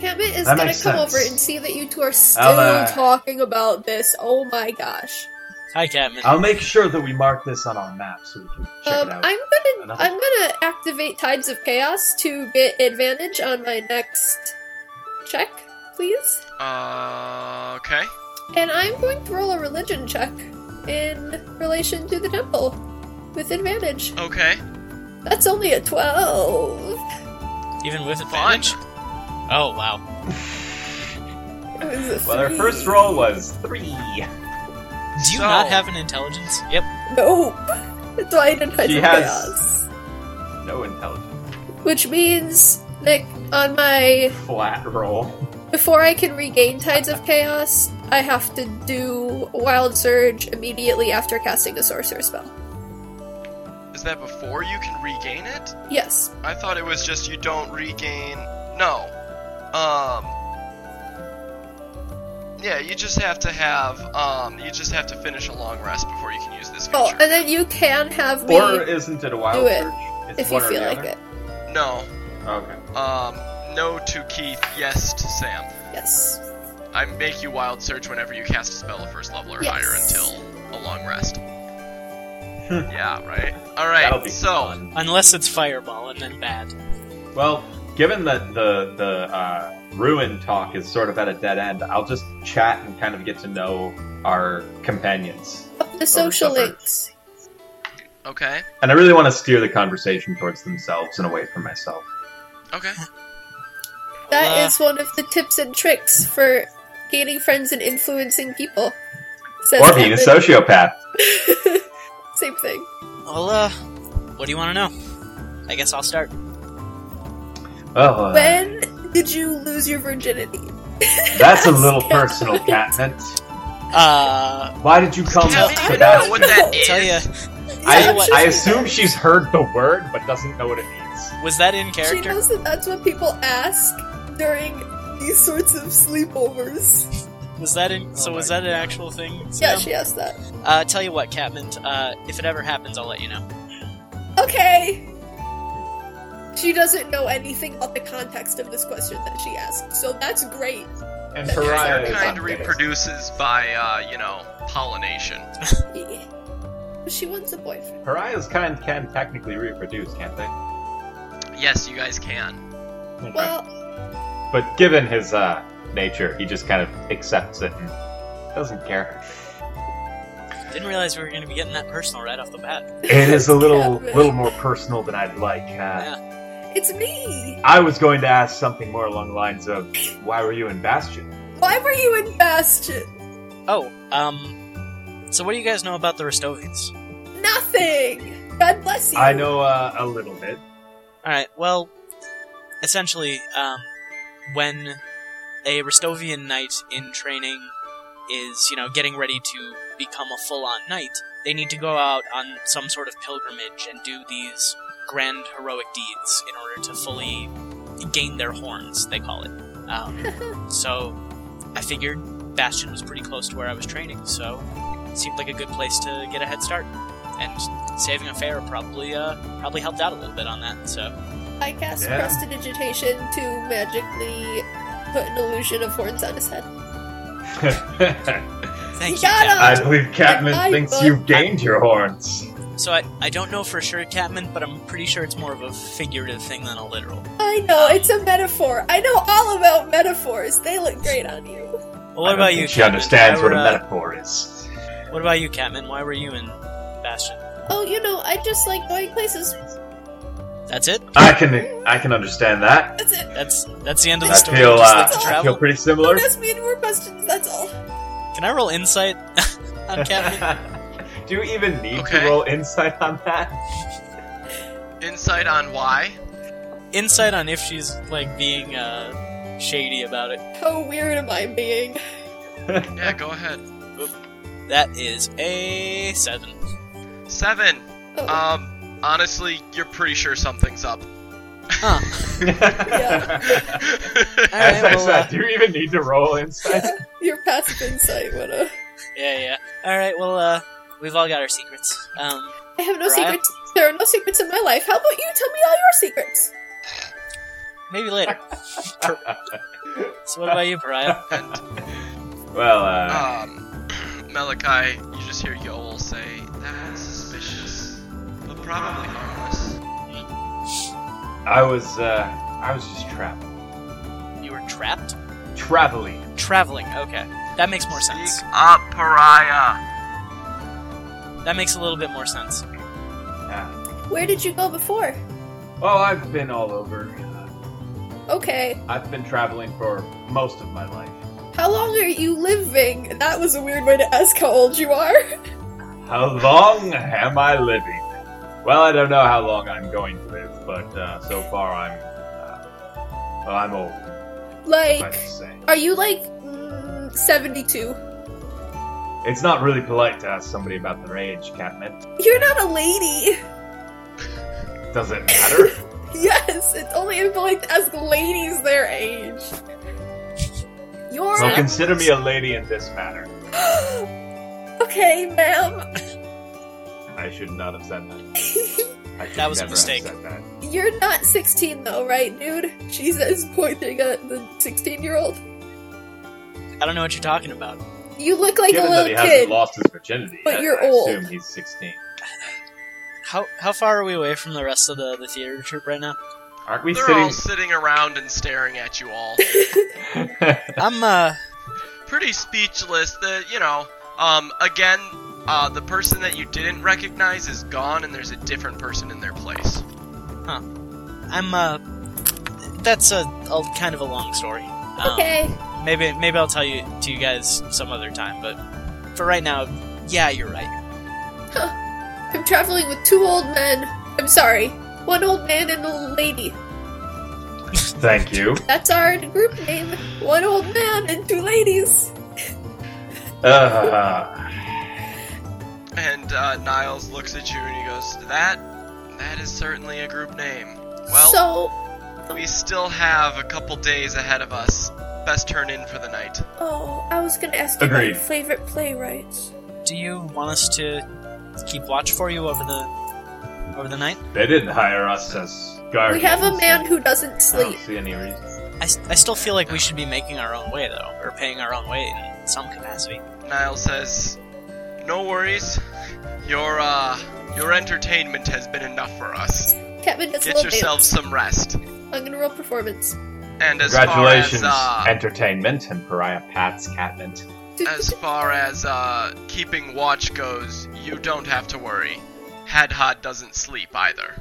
S5: Hammett is
S2: That
S5: gonna come
S2: makes sense.
S5: over and see that you two are still
S2: I'll, uh,
S5: talking about this. Oh my gosh.
S3: Hi, Catman.
S2: I'll make sure that we mark this on our map so we can check
S5: Um,
S2: it out.
S5: I'm gonna
S2: Another-
S5: I'm gonna activate Tides of Chaos to get advantage on my next check, please.
S1: Uh, okay.
S5: And I'm going to roll a religion check in relation to the temple with advantage.
S1: Okay.
S5: That's only a 12.
S3: Even with
S1: Fun.
S3: advantage. Oh wow.
S5: It was a
S2: Well, our
S5: three.
S2: first roll was three.
S3: Do you
S1: So-
S3: not have an intelligence? Yep.
S5: Nope. That's why I didn't Tides
S2: She
S5: of
S2: has-
S5: Chaos.
S2: No intelligence.
S5: Which means, like, on my.
S2: Flat roll.
S5: Before I can regain Tides of Chaos, I have to do Wild Surge immediately after casting a sorcerer spell.
S1: Is that before you can regain it?
S5: Yes.
S1: I thought it was just you don't regain. No. Um. Yeah, you just have to have. Um, you just have to finish a long rest before you can use this
S5: Oh,
S1: feature.
S5: and then you can have me
S2: Or isn't it a wild
S5: Do it,
S2: surge? It's
S5: if you
S2: one or
S5: feel
S2: the
S5: like
S2: other?
S5: it.
S1: no.
S2: Okay.
S1: Um, no to Keith. Yes to Sam.
S5: Yes.
S1: I make you wild search whenever you cast a spell of first level or
S5: Yes.
S1: higher until a long rest. yeah, right. All right.
S2: That'll be
S1: so
S2: fun.
S3: Unless it's fireball and then bad.
S2: Well, given that the the uh, ruin talk is sort of at a dead end, I'll just chat and kind of get to know our companions.
S5: Up the social
S2: suffer.
S5: links.
S1: okay,
S2: And I really want to steer the conversation towards themselves and away from myself.
S1: okay.
S5: That
S3: Uh.
S5: is one of the tips and tricks for gaining friends and influencing people. Says
S2: Or being a
S5: Edmund.
S2: sociopath.
S5: Same thing.
S3: Well, uh, what do you want to know? I guess I'll start.
S2: Oh, uh,
S5: When did you lose your virginity?
S2: that's a little
S5: Ask
S2: personal,
S5: Catman.
S2: Catnip.
S3: Uh,
S2: Why did you come
S1: Catman,
S2: up
S1: I
S2: to
S1: don't
S2: that?
S1: know what that is.
S3: tell you,
S5: Yeah,
S2: I,
S3: what-
S2: I assume she's heard the word but doesn't know what it means.
S3: was that in
S5: She
S3: character?
S5: knows that that's what people ask during these sorts of sleepovers.
S3: Was that in? So
S2: Oh
S3: was
S2: my
S3: that an actual thing?
S5: Yeah,
S3: Sam?
S5: she asked that.
S3: Uh, tell you what, Catman. Uh, if it ever happens, I'll let you know.
S5: Okay. She doesn't know anything about the context of this question that she asked, so that's great.
S2: And
S5: That's Pariah
S1: Their
S5: is
S1: kind
S5: on
S1: reproduces by, uh, you know, pollination.
S5: Yeah. She wants a boyfriend.
S2: Pariah's kind can technically reproduce, can't they?
S1: Yes, you guys can.
S2: Okay.
S5: Well,
S2: But given his uh, nature, he just kind of accepts it and doesn't care.
S3: Didn't realize we were going to be getting that personal right off the bat.
S2: It is a little
S7: Yeah.
S2: little more personal than I'd like. Uh,
S7: It's me!
S2: I was going to ask something more along the lines of, "Why were you in Bastion?"
S7: Why were you in Bastion?
S3: Oh, um, so what do you guys know about the Restovians?
S7: Nothing! God bless you.
S2: I know uh, a little bit.
S3: All right. Well, essentially, um, when a Rostovian knight in training is, you know, getting ready to become a full-on knight, they need to go out on some sort of pilgrimage and do these grand heroic deeds in order to fully gain their horns. They call it. Um, so, I figured Bastion was pretty close to where I was training, so it seemed like a good place to get a head start. And saving a fair probably uh, probably helped out a little bit on that. So
S5: I cast
S2: Yeah.
S5: prestidigitation to magically put an illusion of horns on his head.
S3: thank you.
S5: Got
S3: Captain.
S2: I believe Catman
S5: Hi,
S2: thinks
S5: bud.
S2: you've gained your horns.
S3: So I, I don't know for sure, Catman, but I'm pretty sure it's more of a figurative thing than a literal.
S5: I know, it's a metaphor. I know all about metaphors. They look great on you.
S3: Well, what
S2: I don't
S3: about
S2: think
S3: you?
S2: She
S3: Catman?
S2: understands
S3: Why
S2: what a
S3: were, uh,
S2: metaphor is.
S3: What about you, Catman? Why were you in Bastion?
S5: Oh, you know, I just like going places.
S3: That's it.
S2: I can I can understand that.
S5: That's it.
S3: That's that's the end of the
S2: I
S3: story.
S2: feel
S3: Just
S2: uh,
S3: like to
S2: I
S3: travel.
S2: feel pretty similar.
S5: Don't ask me any more questions, that's all.
S3: Can I roll insight on Catman?
S2: Do you even need
S1: Okay.
S2: to roll insight on that?
S1: Insight on why?
S3: insight on if she's like being uh, shady about it.
S5: How weird am I being?
S1: Yeah, go ahead.
S3: That is a seven.
S1: Seven.
S5: Oh,
S3: Uh,
S1: Um, honestly, you're pretty sure something's up.
S3: Huh. All right,
S2: As I
S3: well,
S2: said,
S3: uh,
S2: do you even need to roll insight?
S5: your passive insight, what a.
S3: yeah, yeah. All right. Well, uh, we've all got our secrets. Um,
S5: I have no
S3: Right.
S5: secrets. There are no secrets in my life. How about you tell me all your secrets?
S3: maybe later. so what about you, Pariah?
S2: well, uh,
S1: Um, Malachi, you just hear Yoel say, that's suspicious, but probably harmless.
S2: I was uh, I was just trapped.
S3: You were trapped.
S2: Traveling.
S3: Traveling. Okay, that makes more sense.
S1: up, pariah!
S3: That makes a little bit more sense.
S2: Yeah.
S5: Where did you go before?
S2: Well, I've been all over. Uh,
S5: Okay.
S2: I've been traveling for most of my life.
S5: How long are you living? That was a weird way to ask how old you are.
S2: How long am I living? Well, I don't know how long I'm going to live, but uh, so far I'm uh, well, I'm old. if I
S5: Like,
S2: should say.
S5: are you like mm, 72?
S2: It's not really polite to ask somebody about their age, Catnip.
S5: You're not a lady.
S2: Does it matter?
S5: Yes, it's only impolite to ask ladies their age. You're
S2: well, consider me a lady in this matter.
S5: okay, ma'am.
S2: I should not have said that. I should
S3: That was a
S2: never have
S3: mistake.
S2: said that.
S5: You're not 16 though, right, dude? Jesus, pointing at the 16-year-old.
S3: I don't know what you're talking about.
S5: You look like
S2: Given
S5: a
S2: that he
S5: little
S2: hasn't
S5: kid.
S2: lost his virginity,
S5: But
S2: I-
S5: you're
S2: I
S5: old.
S2: assume he's 16.
S3: How how far are we away from the rest of the, the theater troupe right now?
S2: Aren't we
S1: They're all
S2: sitting?
S1: sitting around and staring at you all.
S3: I'm uh
S1: pretty speechless that, you know, um, again, uh, the person that you didn't recognize is gone and there's a different person in their place.
S3: I'm uh that's a, a kind of a long story. Um,
S5: Okay.
S3: Maybe maybe I'll tell you to you guys some other time, but for right now, yeah, you're right.
S5: I'm traveling with two old men. I'm sorry. One old man and a lady.
S2: Thank you.
S5: That's our group name. One old man and two ladies.
S2: Uh,
S1: And uh, Niles looks at you and he goes, "That, that is certainly a group name." Well,
S5: so,
S1: we still have a couple days ahead of us. Best turn in for the night.
S5: oh, I was gonna ask you about
S2: Agreed.
S5: your favorite playwrights.
S3: Do you want us to keep watch for you over the over the night?
S2: they didn't hire us as guardians.
S5: We have a man
S2: so
S5: who doesn't
S2: I don't
S5: sleep.
S2: see any reason.
S3: I, s- I still feel like we should be making our own way though, or paying our own way in some capacity.
S1: Niles says, "No worries. Your uh, your entertainment has been enough for us.
S5: Catman does a
S1: Get
S5: little
S1: yourselves some rest."
S5: dance. I'm gonna roll performance.
S1: And as uh, far as
S2: Congratulations,
S1: uh,
S2: entertainment and pariah Pat's catment.
S1: as far as uh, keeping watch goes, you don't have to worry. Hadhad doesn't sleep either.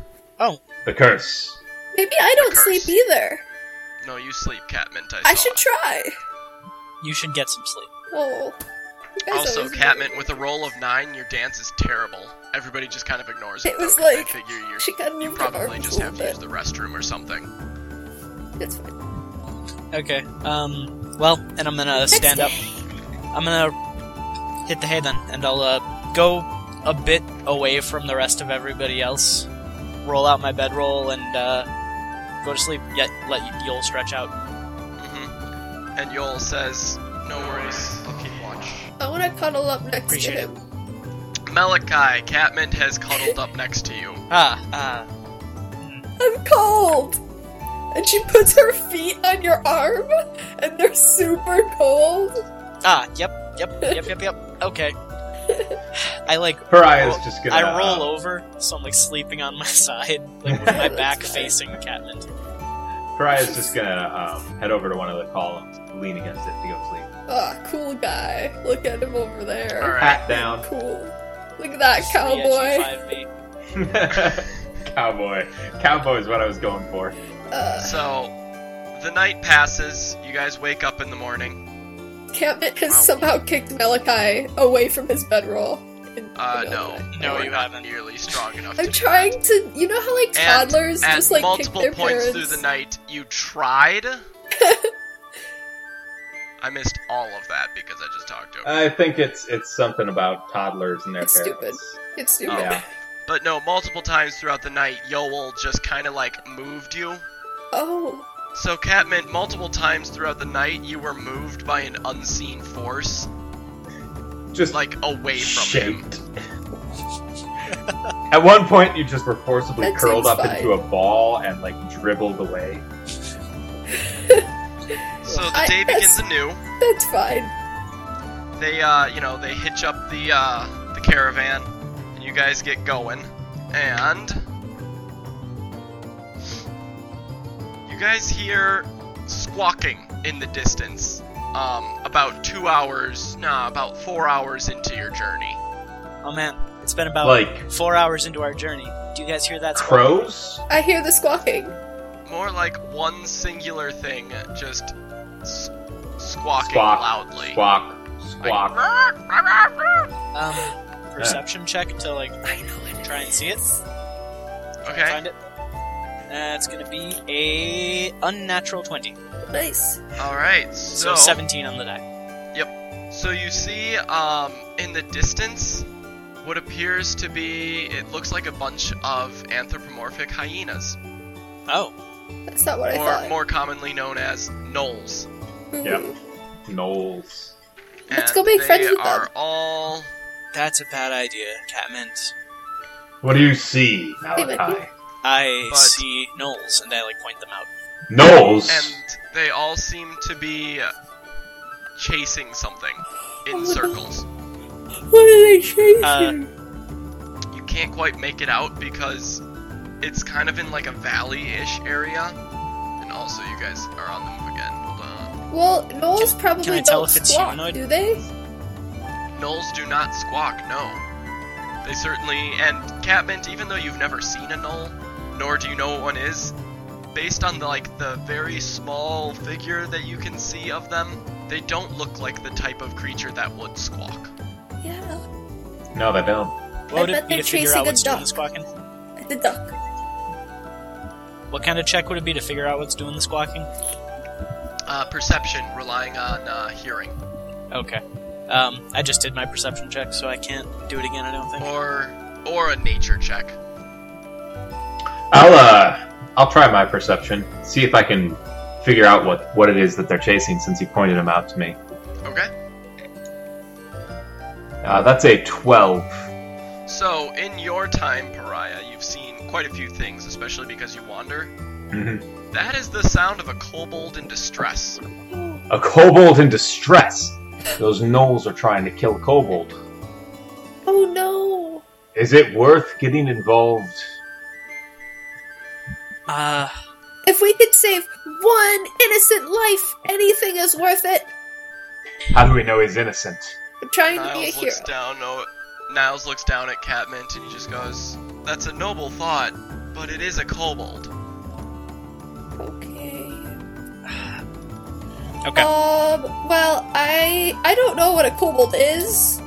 S2: The curse.
S5: Maybe I don't sleep
S1: curse.
S5: either.
S1: No, you sleep, Catmint. I,
S5: I
S1: saw.
S5: should try.
S3: You should get some sleep.
S5: Oh. You guys
S1: Also,
S5: always do.
S1: Catmint, with a roll of nine, your dance is terrible. Everybody just kind of ignores it.
S5: It was
S1: though, 'cause
S5: like-
S1: they figure you're,
S5: She got
S1: you
S5: moved her
S1: probably
S5: arms
S1: just
S5: a
S1: have to use
S5: little
S1: the restroom or something.
S5: bit. It's fine.
S3: Okay. Um. Well, and I'm gonna stand up. I'm gonna hit the hay then, and I'll uh, go a bit away from the rest of everybody else. Roll out my bedroll and uh, go to sleep. Yet let y- Yul stretch out.
S1: hmm And Yol says, "No worries, I'll keep watch."
S5: I want to cuddle up next
S3: Appreciate
S5: to
S3: it.
S5: him.
S1: Malachi, Catmint has cuddled up next to you.
S3: Ah. Ah.
S5: I'm cold. And she puts her feet on your arm, and they're super cold.
S3: Ah. Yep. Yep. Yep. Yep. Yep. Okay. I like.
S2: Her eye is just gonna. uh,
S3: I roll over, so I'm like sleeping on my side, like with my back facing Catmint.
S2: Pariah's just gonna um, head over to one of the columns, lean against it to go sleep.
S5: Ah, cool guy. Look at him over there.
S1: All right.
S2: Pat down.
S5: Cool. Look at that
S3: Just
S5: cowboy.
S3: 3H5V.
S2: Cowboy. Cowboy is what I was going for.
S5: Uh,
S1: So, the night passes. You guys wake up in the morning.
S5: Catmint has
S1: Wow.
S5: somehow kicked Malachi away from his bedroll. And-
S1: Uh, no,
S3: No,
S1: we're
S3: you
S1: not
S3: haven't.
S1: nearly strong enough.
S5: I'm
S1: to do
S5: trying to. You know how like
S1: And
S5: toddlers
S1: At
S5: just like
S1: multiple
S5: kick their
S1: points
S5: parents.
S1: through the night, you tried. I missed all of that because I just talked to him.
S2: I think it's it's something about toddlers and their
S5: It's
S2: parents.
S5: stupid. It's stupid.
S1: Oh.
S2: Yeah.
S1: But no, multiple times throughout the night, Yoel just kind of like moved you.
S5: Oh,
S1: So, Catmint, multiple times throughout the night, you were moved by an unseen force,
S2: Just like
S1: like away from him.
S2: shaped. At one point, you just were forcibly
S5: That
S2: curled up
S5: seems fine.
S2: into a ball and like dribbled away.
S1: So the
S5: I-
S1: day begins
S5: that's-
S1: anew.
S5: that's fine.
S1: They, uh, you know, they hitch up the uh, the caravan, and you guys get going, and you guys hear squawking in the distance. Um, about two hours, nah, about four hours into your journey.
S3: Oh man, it's been about
S2: Like
S3: four hours into our journey. Do you guys hear that? squawk?
S2: crows?
S5: I hear the squawking.
S1: More like one singular thing, just s- squawking
S2: Squawk.
S1: loudly.
S2: Squawk. Squawk.
S3: Um, perception check to like
S5: I know it.
S3: try and see it.
S1: Okay.
S3: Find it. That's gonna be a unnatural twenty.
S5: Nice.
S1: All right.
S3: So, seventeen on the die.
S1: So you see, um, in the distance, what appears to be, it looks like a bunch of anthropomorphic hyenas,
S3: Oh,
S5: That's not what I
S1: or
S5: thought.
S1: more commonly known as gnolls.
S5: Ooh.
S2: Yeah. Knowles.
S5: Let's
S1: And
S5: go make
S1: they
S5: friends with them.
S1: are all.
S3: that's a bad idea, Catmint.
S2: What do you see, Malachi?
S5: Malachi?
S3: I
S1: But-
S3: see Knowles, and I like point them out.
S2: Knowles.
S1: And they all seem to be chasing something
S5: Oh,
S1: in
S5: no.
S1: circles.
S5: What are they chasing?
S3: Uh,
S1: You can't quite make it out because it's kind of in like a valley ish area. And also, you guys are on the move again. Hold on.
S5: well, Knowles probably
S3: can I
S5: don't
S3: tell if it's
S5: squawk,
S3: humanoid?
S5: do they?
S1: Gnolls do not squawk, no. They certainly, and Catmint, even though you've never seen a knoll, nor do you know what one is, based on the, like the very small figure that you can see of them, they don't look like the type of creature that would squawk.
S5: Yeah.
S2: no, they don't.
S3: what would
S5: bet
S3: it be
S5: they're
S3: to figure
S5: chasing a
S3: out what's doing the
S5: duck.
S3: squawking?
S5: The duck.
S3: What kind of check would it be to figure out what's doing the squawking?
S1: Uh, perception, relying on uh, hearing,
S3: Okay. Um, I just did my perception check, so I can't do it again. I don't think.
S1: or or a nature check.
S2: I'll uh, I'll try my perception. See if I can figure out what what it is that they're chasing since you pointed them out to me.
S1: Okay.
S2: Uh, that's a twelve.
S1: So in your time, Pariah, you've seen quite a few things, especially because you wander.
S2: Mhm.
S1: That is the sound of a kobold in distress.
S5: Oh,
S2: A kobold in distress. Those gnolls are trying to kill kobold.
S5: Oh no.
S2: Is it worth getting involved?
S3: Uh,
S5: If we could save one innocent life, anything is worth it.
S2: How do we know he's innocent?
S5: I'm trying to be a
S1: Niles
S5: hero.
S1: looks down. No, Niles looks down at Catmint and he just goes, "That's a noble thought, but it is a kobold."
S5: Okay.
S3: Okay.
S5: Um. Well, I I don't know what a kobold is,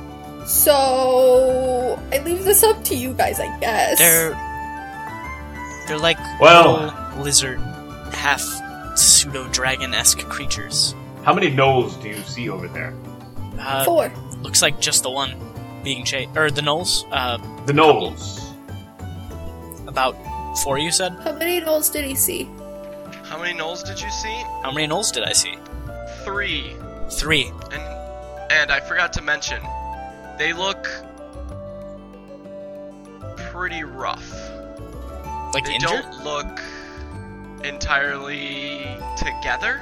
S5: so I leave this up to you guys, I guess.
S3: They're they're like
S2: Well-
S3: little lizard, half pseudo dragon esque creatures.
S2: How many gnolls do you see over there?
S3: Uh,
S5: four.
S3: looks like just the one being chased, or the gnolls. Uh,
S2: The gnolls.
S3: about four, you said.
S5: How many knolls did he see?
S1: How many gnolls did you see?
S3: How many gnolls did I see?
S1: Three.
S3: Three.
S1: And and I forgot to mention, they look pretty rough.
S3: Like
S1: they
S3: injured.
S1: don't look entirely together.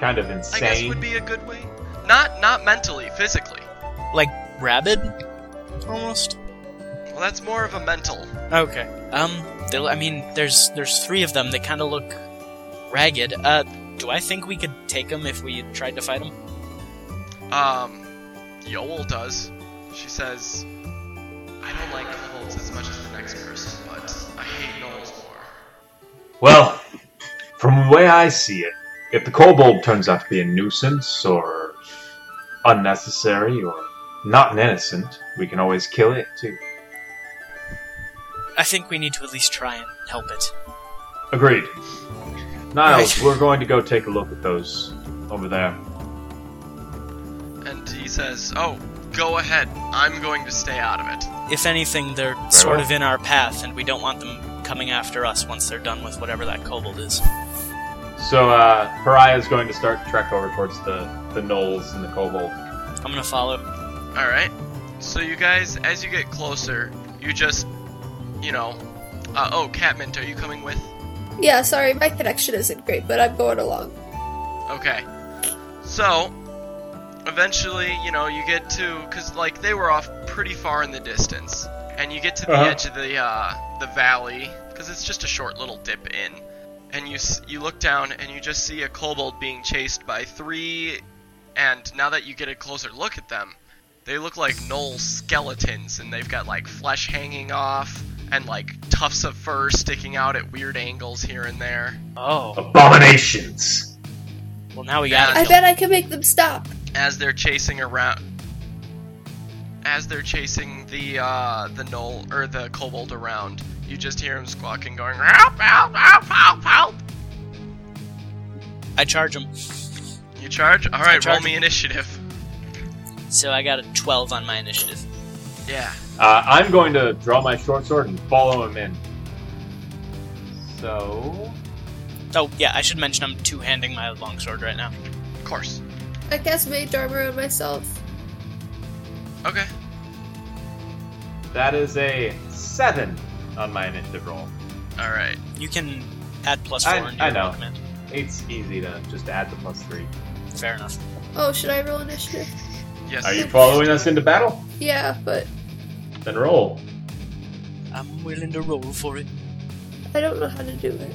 S2: Kind of
S1: I guess would
S2: insane.
S1: be a good way. Not not mentally, physically.
S3: Like rabid, almost.
S1: Well, that's more of a mental.
S3: Okay. Um. They, I mean, there's there's three of them. They kind of look ragged. Uh. Do I think we could take them if we tried to fight them?
S1: Um, Yoel does. She says, "I don't like kobolds as much as the next person, but I hate gnolls more."
S2: Well, from the way I see it, if the kobold turns out to be a nuisance or unnecessary or not an innocent, we can always kill it too.
S3: I think we need to at least try and help it.
S2: Agreed. Niles, we're going to go take a look at those over there.
S1: And he says, "Oh, go ahead. I'm going to stay out of it."
S3: If anything, they're sort
S2: well.
S3: of in our path, and we don't want them coming after us once they're done with whatever that kobold is.
S2: So, uh, Pariah's going to start to trek over towards the, the gnolls and the kobold.
S3: I'm gonna follow.
S1: All right. So you guys, as you get closer, you just, you know, uh, oh, Catmint, are you coming with?
S5: Yeah. Sorry, my connection isn't great, but I'm going along.
S1: Okay. So, eventually, you know, you get to because like they were off pretty far in the distance, and you get to the
S2: Uh-huh.
S1: edge of the uh, the valley because it's just a short little dip in, and you s- you look down and you just see a kobold being chased by three, and now that you get a closer look at them, they look like gnoll skeletons, and they've got like flesh hanging off and like tufts of fur sticking out at weird angles here and there.
S3: Oh,
S2: Abominations!
S3: well now we
S1: Yeah.
S3: got
S5: I
S3: it.
S5: bet I can make them stop.
S1: as they're chasing around as they're chasing the uh the knoll or the kobold around you just hear him squawking going help help help help help
S3: I charge them.
S1: you charge all right roll
S3: charge.
S1: me initiative
S3: So I got a 12 on my initiative.
S1: yeah
S2: Uh, I'm going to draw my short sword and follow him in. So.
S3: Oh, yeah, I should mention I'm two handing my longsword right now.
S1: of course
S5: I cast mage armor on myself.
S1: okay
S2: That is a 7 on my initiative roll.
S1: all right
S3: You can add plus 4
S2: I-
S3: into your
S2: I know.
S3: roll command.
S2: It's easy to just add the plus 3.
S3: Fair enough.
S5: Oh, should I roll initiative?
S1: yes
S2: Are you following us into battle?
S5: Yeah, but
S2: Then roll.
S3: I'm willing to roll for it.
S5: I don't know how to do it.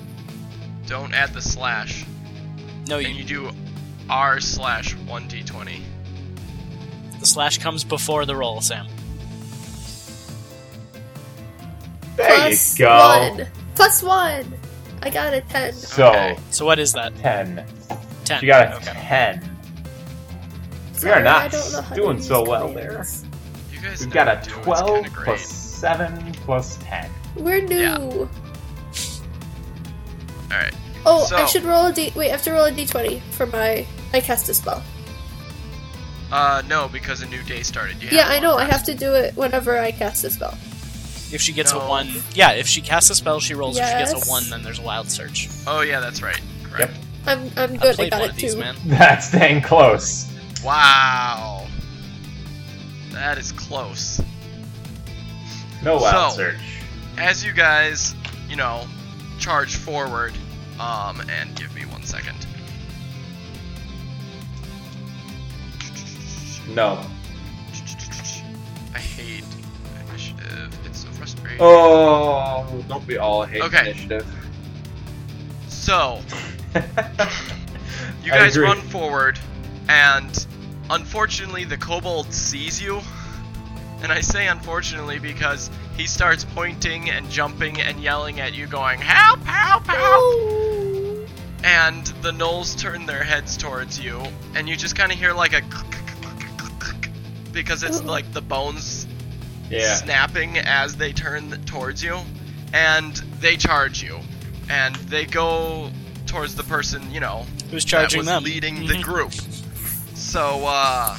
S1: don't add the slash
S3: No,
S1: and
S3: Oh, you,
S1: you do r slash 1d20
S3: the slash comes before the roll, Sam.
S2: There
S5: Plus
S2: you go.
S5: one. Plus one. I got a ten.
S2: So,
S1: Okay.
S3: So what is that?
S2: 10.
S3: 10.
S2: She got a
S3: okay.
S2: 10. We
S5: Sorry,
S2: are
S5: I
S2: not
S5: don't know how to
S2: doing
S5: use
S2: so well there.
S5: commands.
S1: you guys
S2: We've
S1: never
S2: got a
S1: do, it's
S2: 12
S1: kinda great.
S2: plus 7 plus 10.
S5: We're new.
S1: Yeah. all right
S5: Oh, I
S1: So-
S5: should roll a d. Wait, I have to roll a d twenty for my. I cast a spell.
S1: uh no because a new day started you
S5: Yeah,
S1: have
S5: I
S1: one
S5: know. I
S1: rest.
S5: have to do it whenever I cast a spell.
S3: If she gets
S1: No.
S3: a 1. Yeah, if she casts a spell, she rolls. If she gets
S5: Yes.
S3: a 1, then there's a wild search.
S1: oh yeah that's right correct
S5: I'm I'm
S3: I
S5: good. I,
S3: played
S5: got
S3: one
S5: it
S3: of
S5: too.
S3: these, man.
S2: That's dang close.
S1: Wow. That is close.
S2: No wild
S1: So-
S2: search.
S1: As you guys, you know, charge forward, um, and give me one second.
S2: No.
S1: I hate initiative. It's so frustrating.
S2: Oh, don't we all hate
S1: Okay.
S2: initiative?
S1: So,
S2: you
S1: you guys run forward, and Unfortunately, the kobold sees you. And I say unfortunately because he starts pointing and jumping and yelling at you, going, Help, help, help! And the gnolls turn their heads towards you, and you just kind of hear like a click, click, click, click, click, because it's like the bones
S8: Yeah.
S1: snapping as they turn towards you, and they charge you, and they go towards the person you know
S3: Who's charging
S1: that was
S3: them?
S1: leading
S3: Mhm.
S1: the group. So, uh,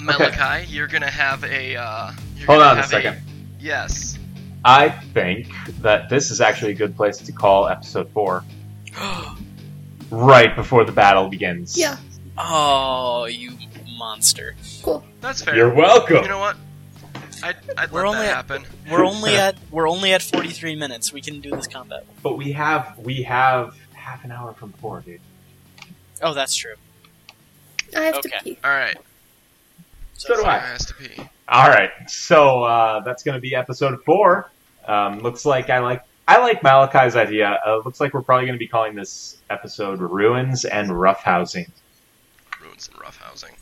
S1: Malachi, you're gonna have a. Uh, you're
S2: Hold
S1: gonna
S2: on a
S1: have
S2: second.
S1: yes.
S2: I think that this is actually a good place to call episode four. right before the battle begins.
S5: Yeah.
S3: Oh, you monster!
S1: That's fair.
S8: You're welcome.
S1: You know what? I'd, I'd
S3: We're
S1: let
S3: only
S1: that
S3: at-
S1: happen.
S3: We're only at we're only at forty three minutes. We can do this combat.
S2: But we have we have half an hour from four, dude.
S3: Oh, that's true.
S5: I have
S3: Okay.
S5: to pee.
S1: Alright.
S8: So do
S1: Someone
S8: I.
S1: has to pee.
S2: All right, so uh, that's going to be episode four. Um, looks like I like I like Malachi's idea. Uh, looks like we're probably going to be calling this episode "Ruins and Roughhousing."
S1: Ruins and roughhousing.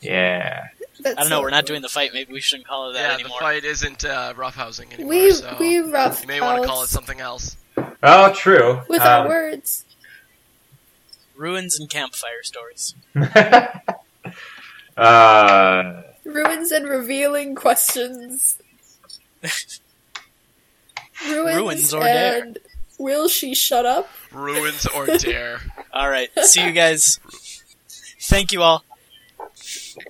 S2: Yeah,
S5: That's
S3: I don't know.
S5: it.
S3: We're not doing the fight. Maybe we shouldn't call it that
S1: yeah,
S3: anymore.
S1: the fight isn't uh, roughhousing anymore,
S5: We
S1: so
S5: we rough
S1: you may want to call it something else.
S2: oh, true.
S5: with our
S2: Um,
S5: words.
S3: Ruins and campfire stories.
S2: uh,
S5: Ruins and revealing questions. Ruins,
S3: Ruins or dare.
S5: and will she shut up?
S1: Ruins or dare.
S3: All right. See you guys. Thank you all.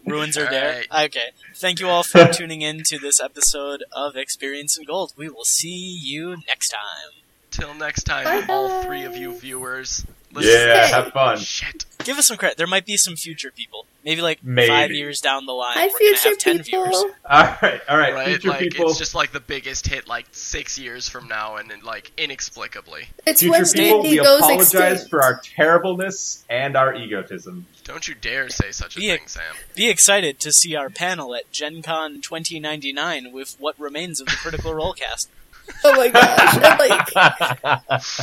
S3: Ruins are
S1: All
S3: there. Okay. Thank you all for tuning in to this episode of Experience in Gold. We will see you next time.
S1: Till next time,
S5: Bye,
S1: all three of
S5: guys.
S1: you viewers.
S2: yeah, have fun.
S1: Shit.
S3: Give us some credit. There might be some future people. Maybe like five
S2: Maybe.
S3: years down the line,
S5: Hi,
S3: we're gonna
S5: future
S3: have ten viewers.
S5: people.
S2: All right, all right,
S1: right?
S2: future
S1: like
S2: people.
S1: it's just like the biggest hit like six years from now and, then like inexplicably.
S5: It's
S2: Future
S5: when
S2: people,
S5: Sandy
S2: we
S5: goes
S2: apologize
S5: extinct.
S2: for our terribleness and our egotism.
S1: Don't you dare say such a
S3: Yeah.
S1: thing, Sam.
S3: Be excited to see our panel at Gen Con 2099 with what remains of the Critical Role cast.
S5: Oh my gosh! And like,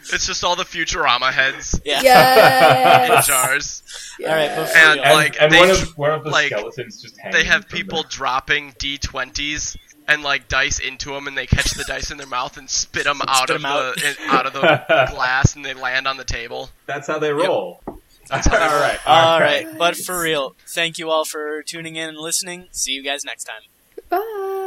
S1: It's just all the Futurama heads
S3: Yeah.
S5: yes.
S1: in jars.
S3: All right.
S5: yes.
S3: Before
S1: And,
S3: we all-
S2: And,
S1: Like,
S2: and
S1: they
S2: one
S1: j-
S2: of one of the
S1: like,
S2: skeletons just hanging.
S1: They have
S2: from
S1: people
S2: the-
S1: dropping d20s and like dice into them, and they catch the dice in their mouth and spit them out
S3: Spit
S1: of
S3: 'em out.
S1: the in- out of the glass, and they land on the table.
S2: That's how they roll.
S1: That's how they
S2: all
S1: roll.
S2: right,
S3: all right. But for real, thank you all for tuning in and listening. See you guys next time.
S5: Bye.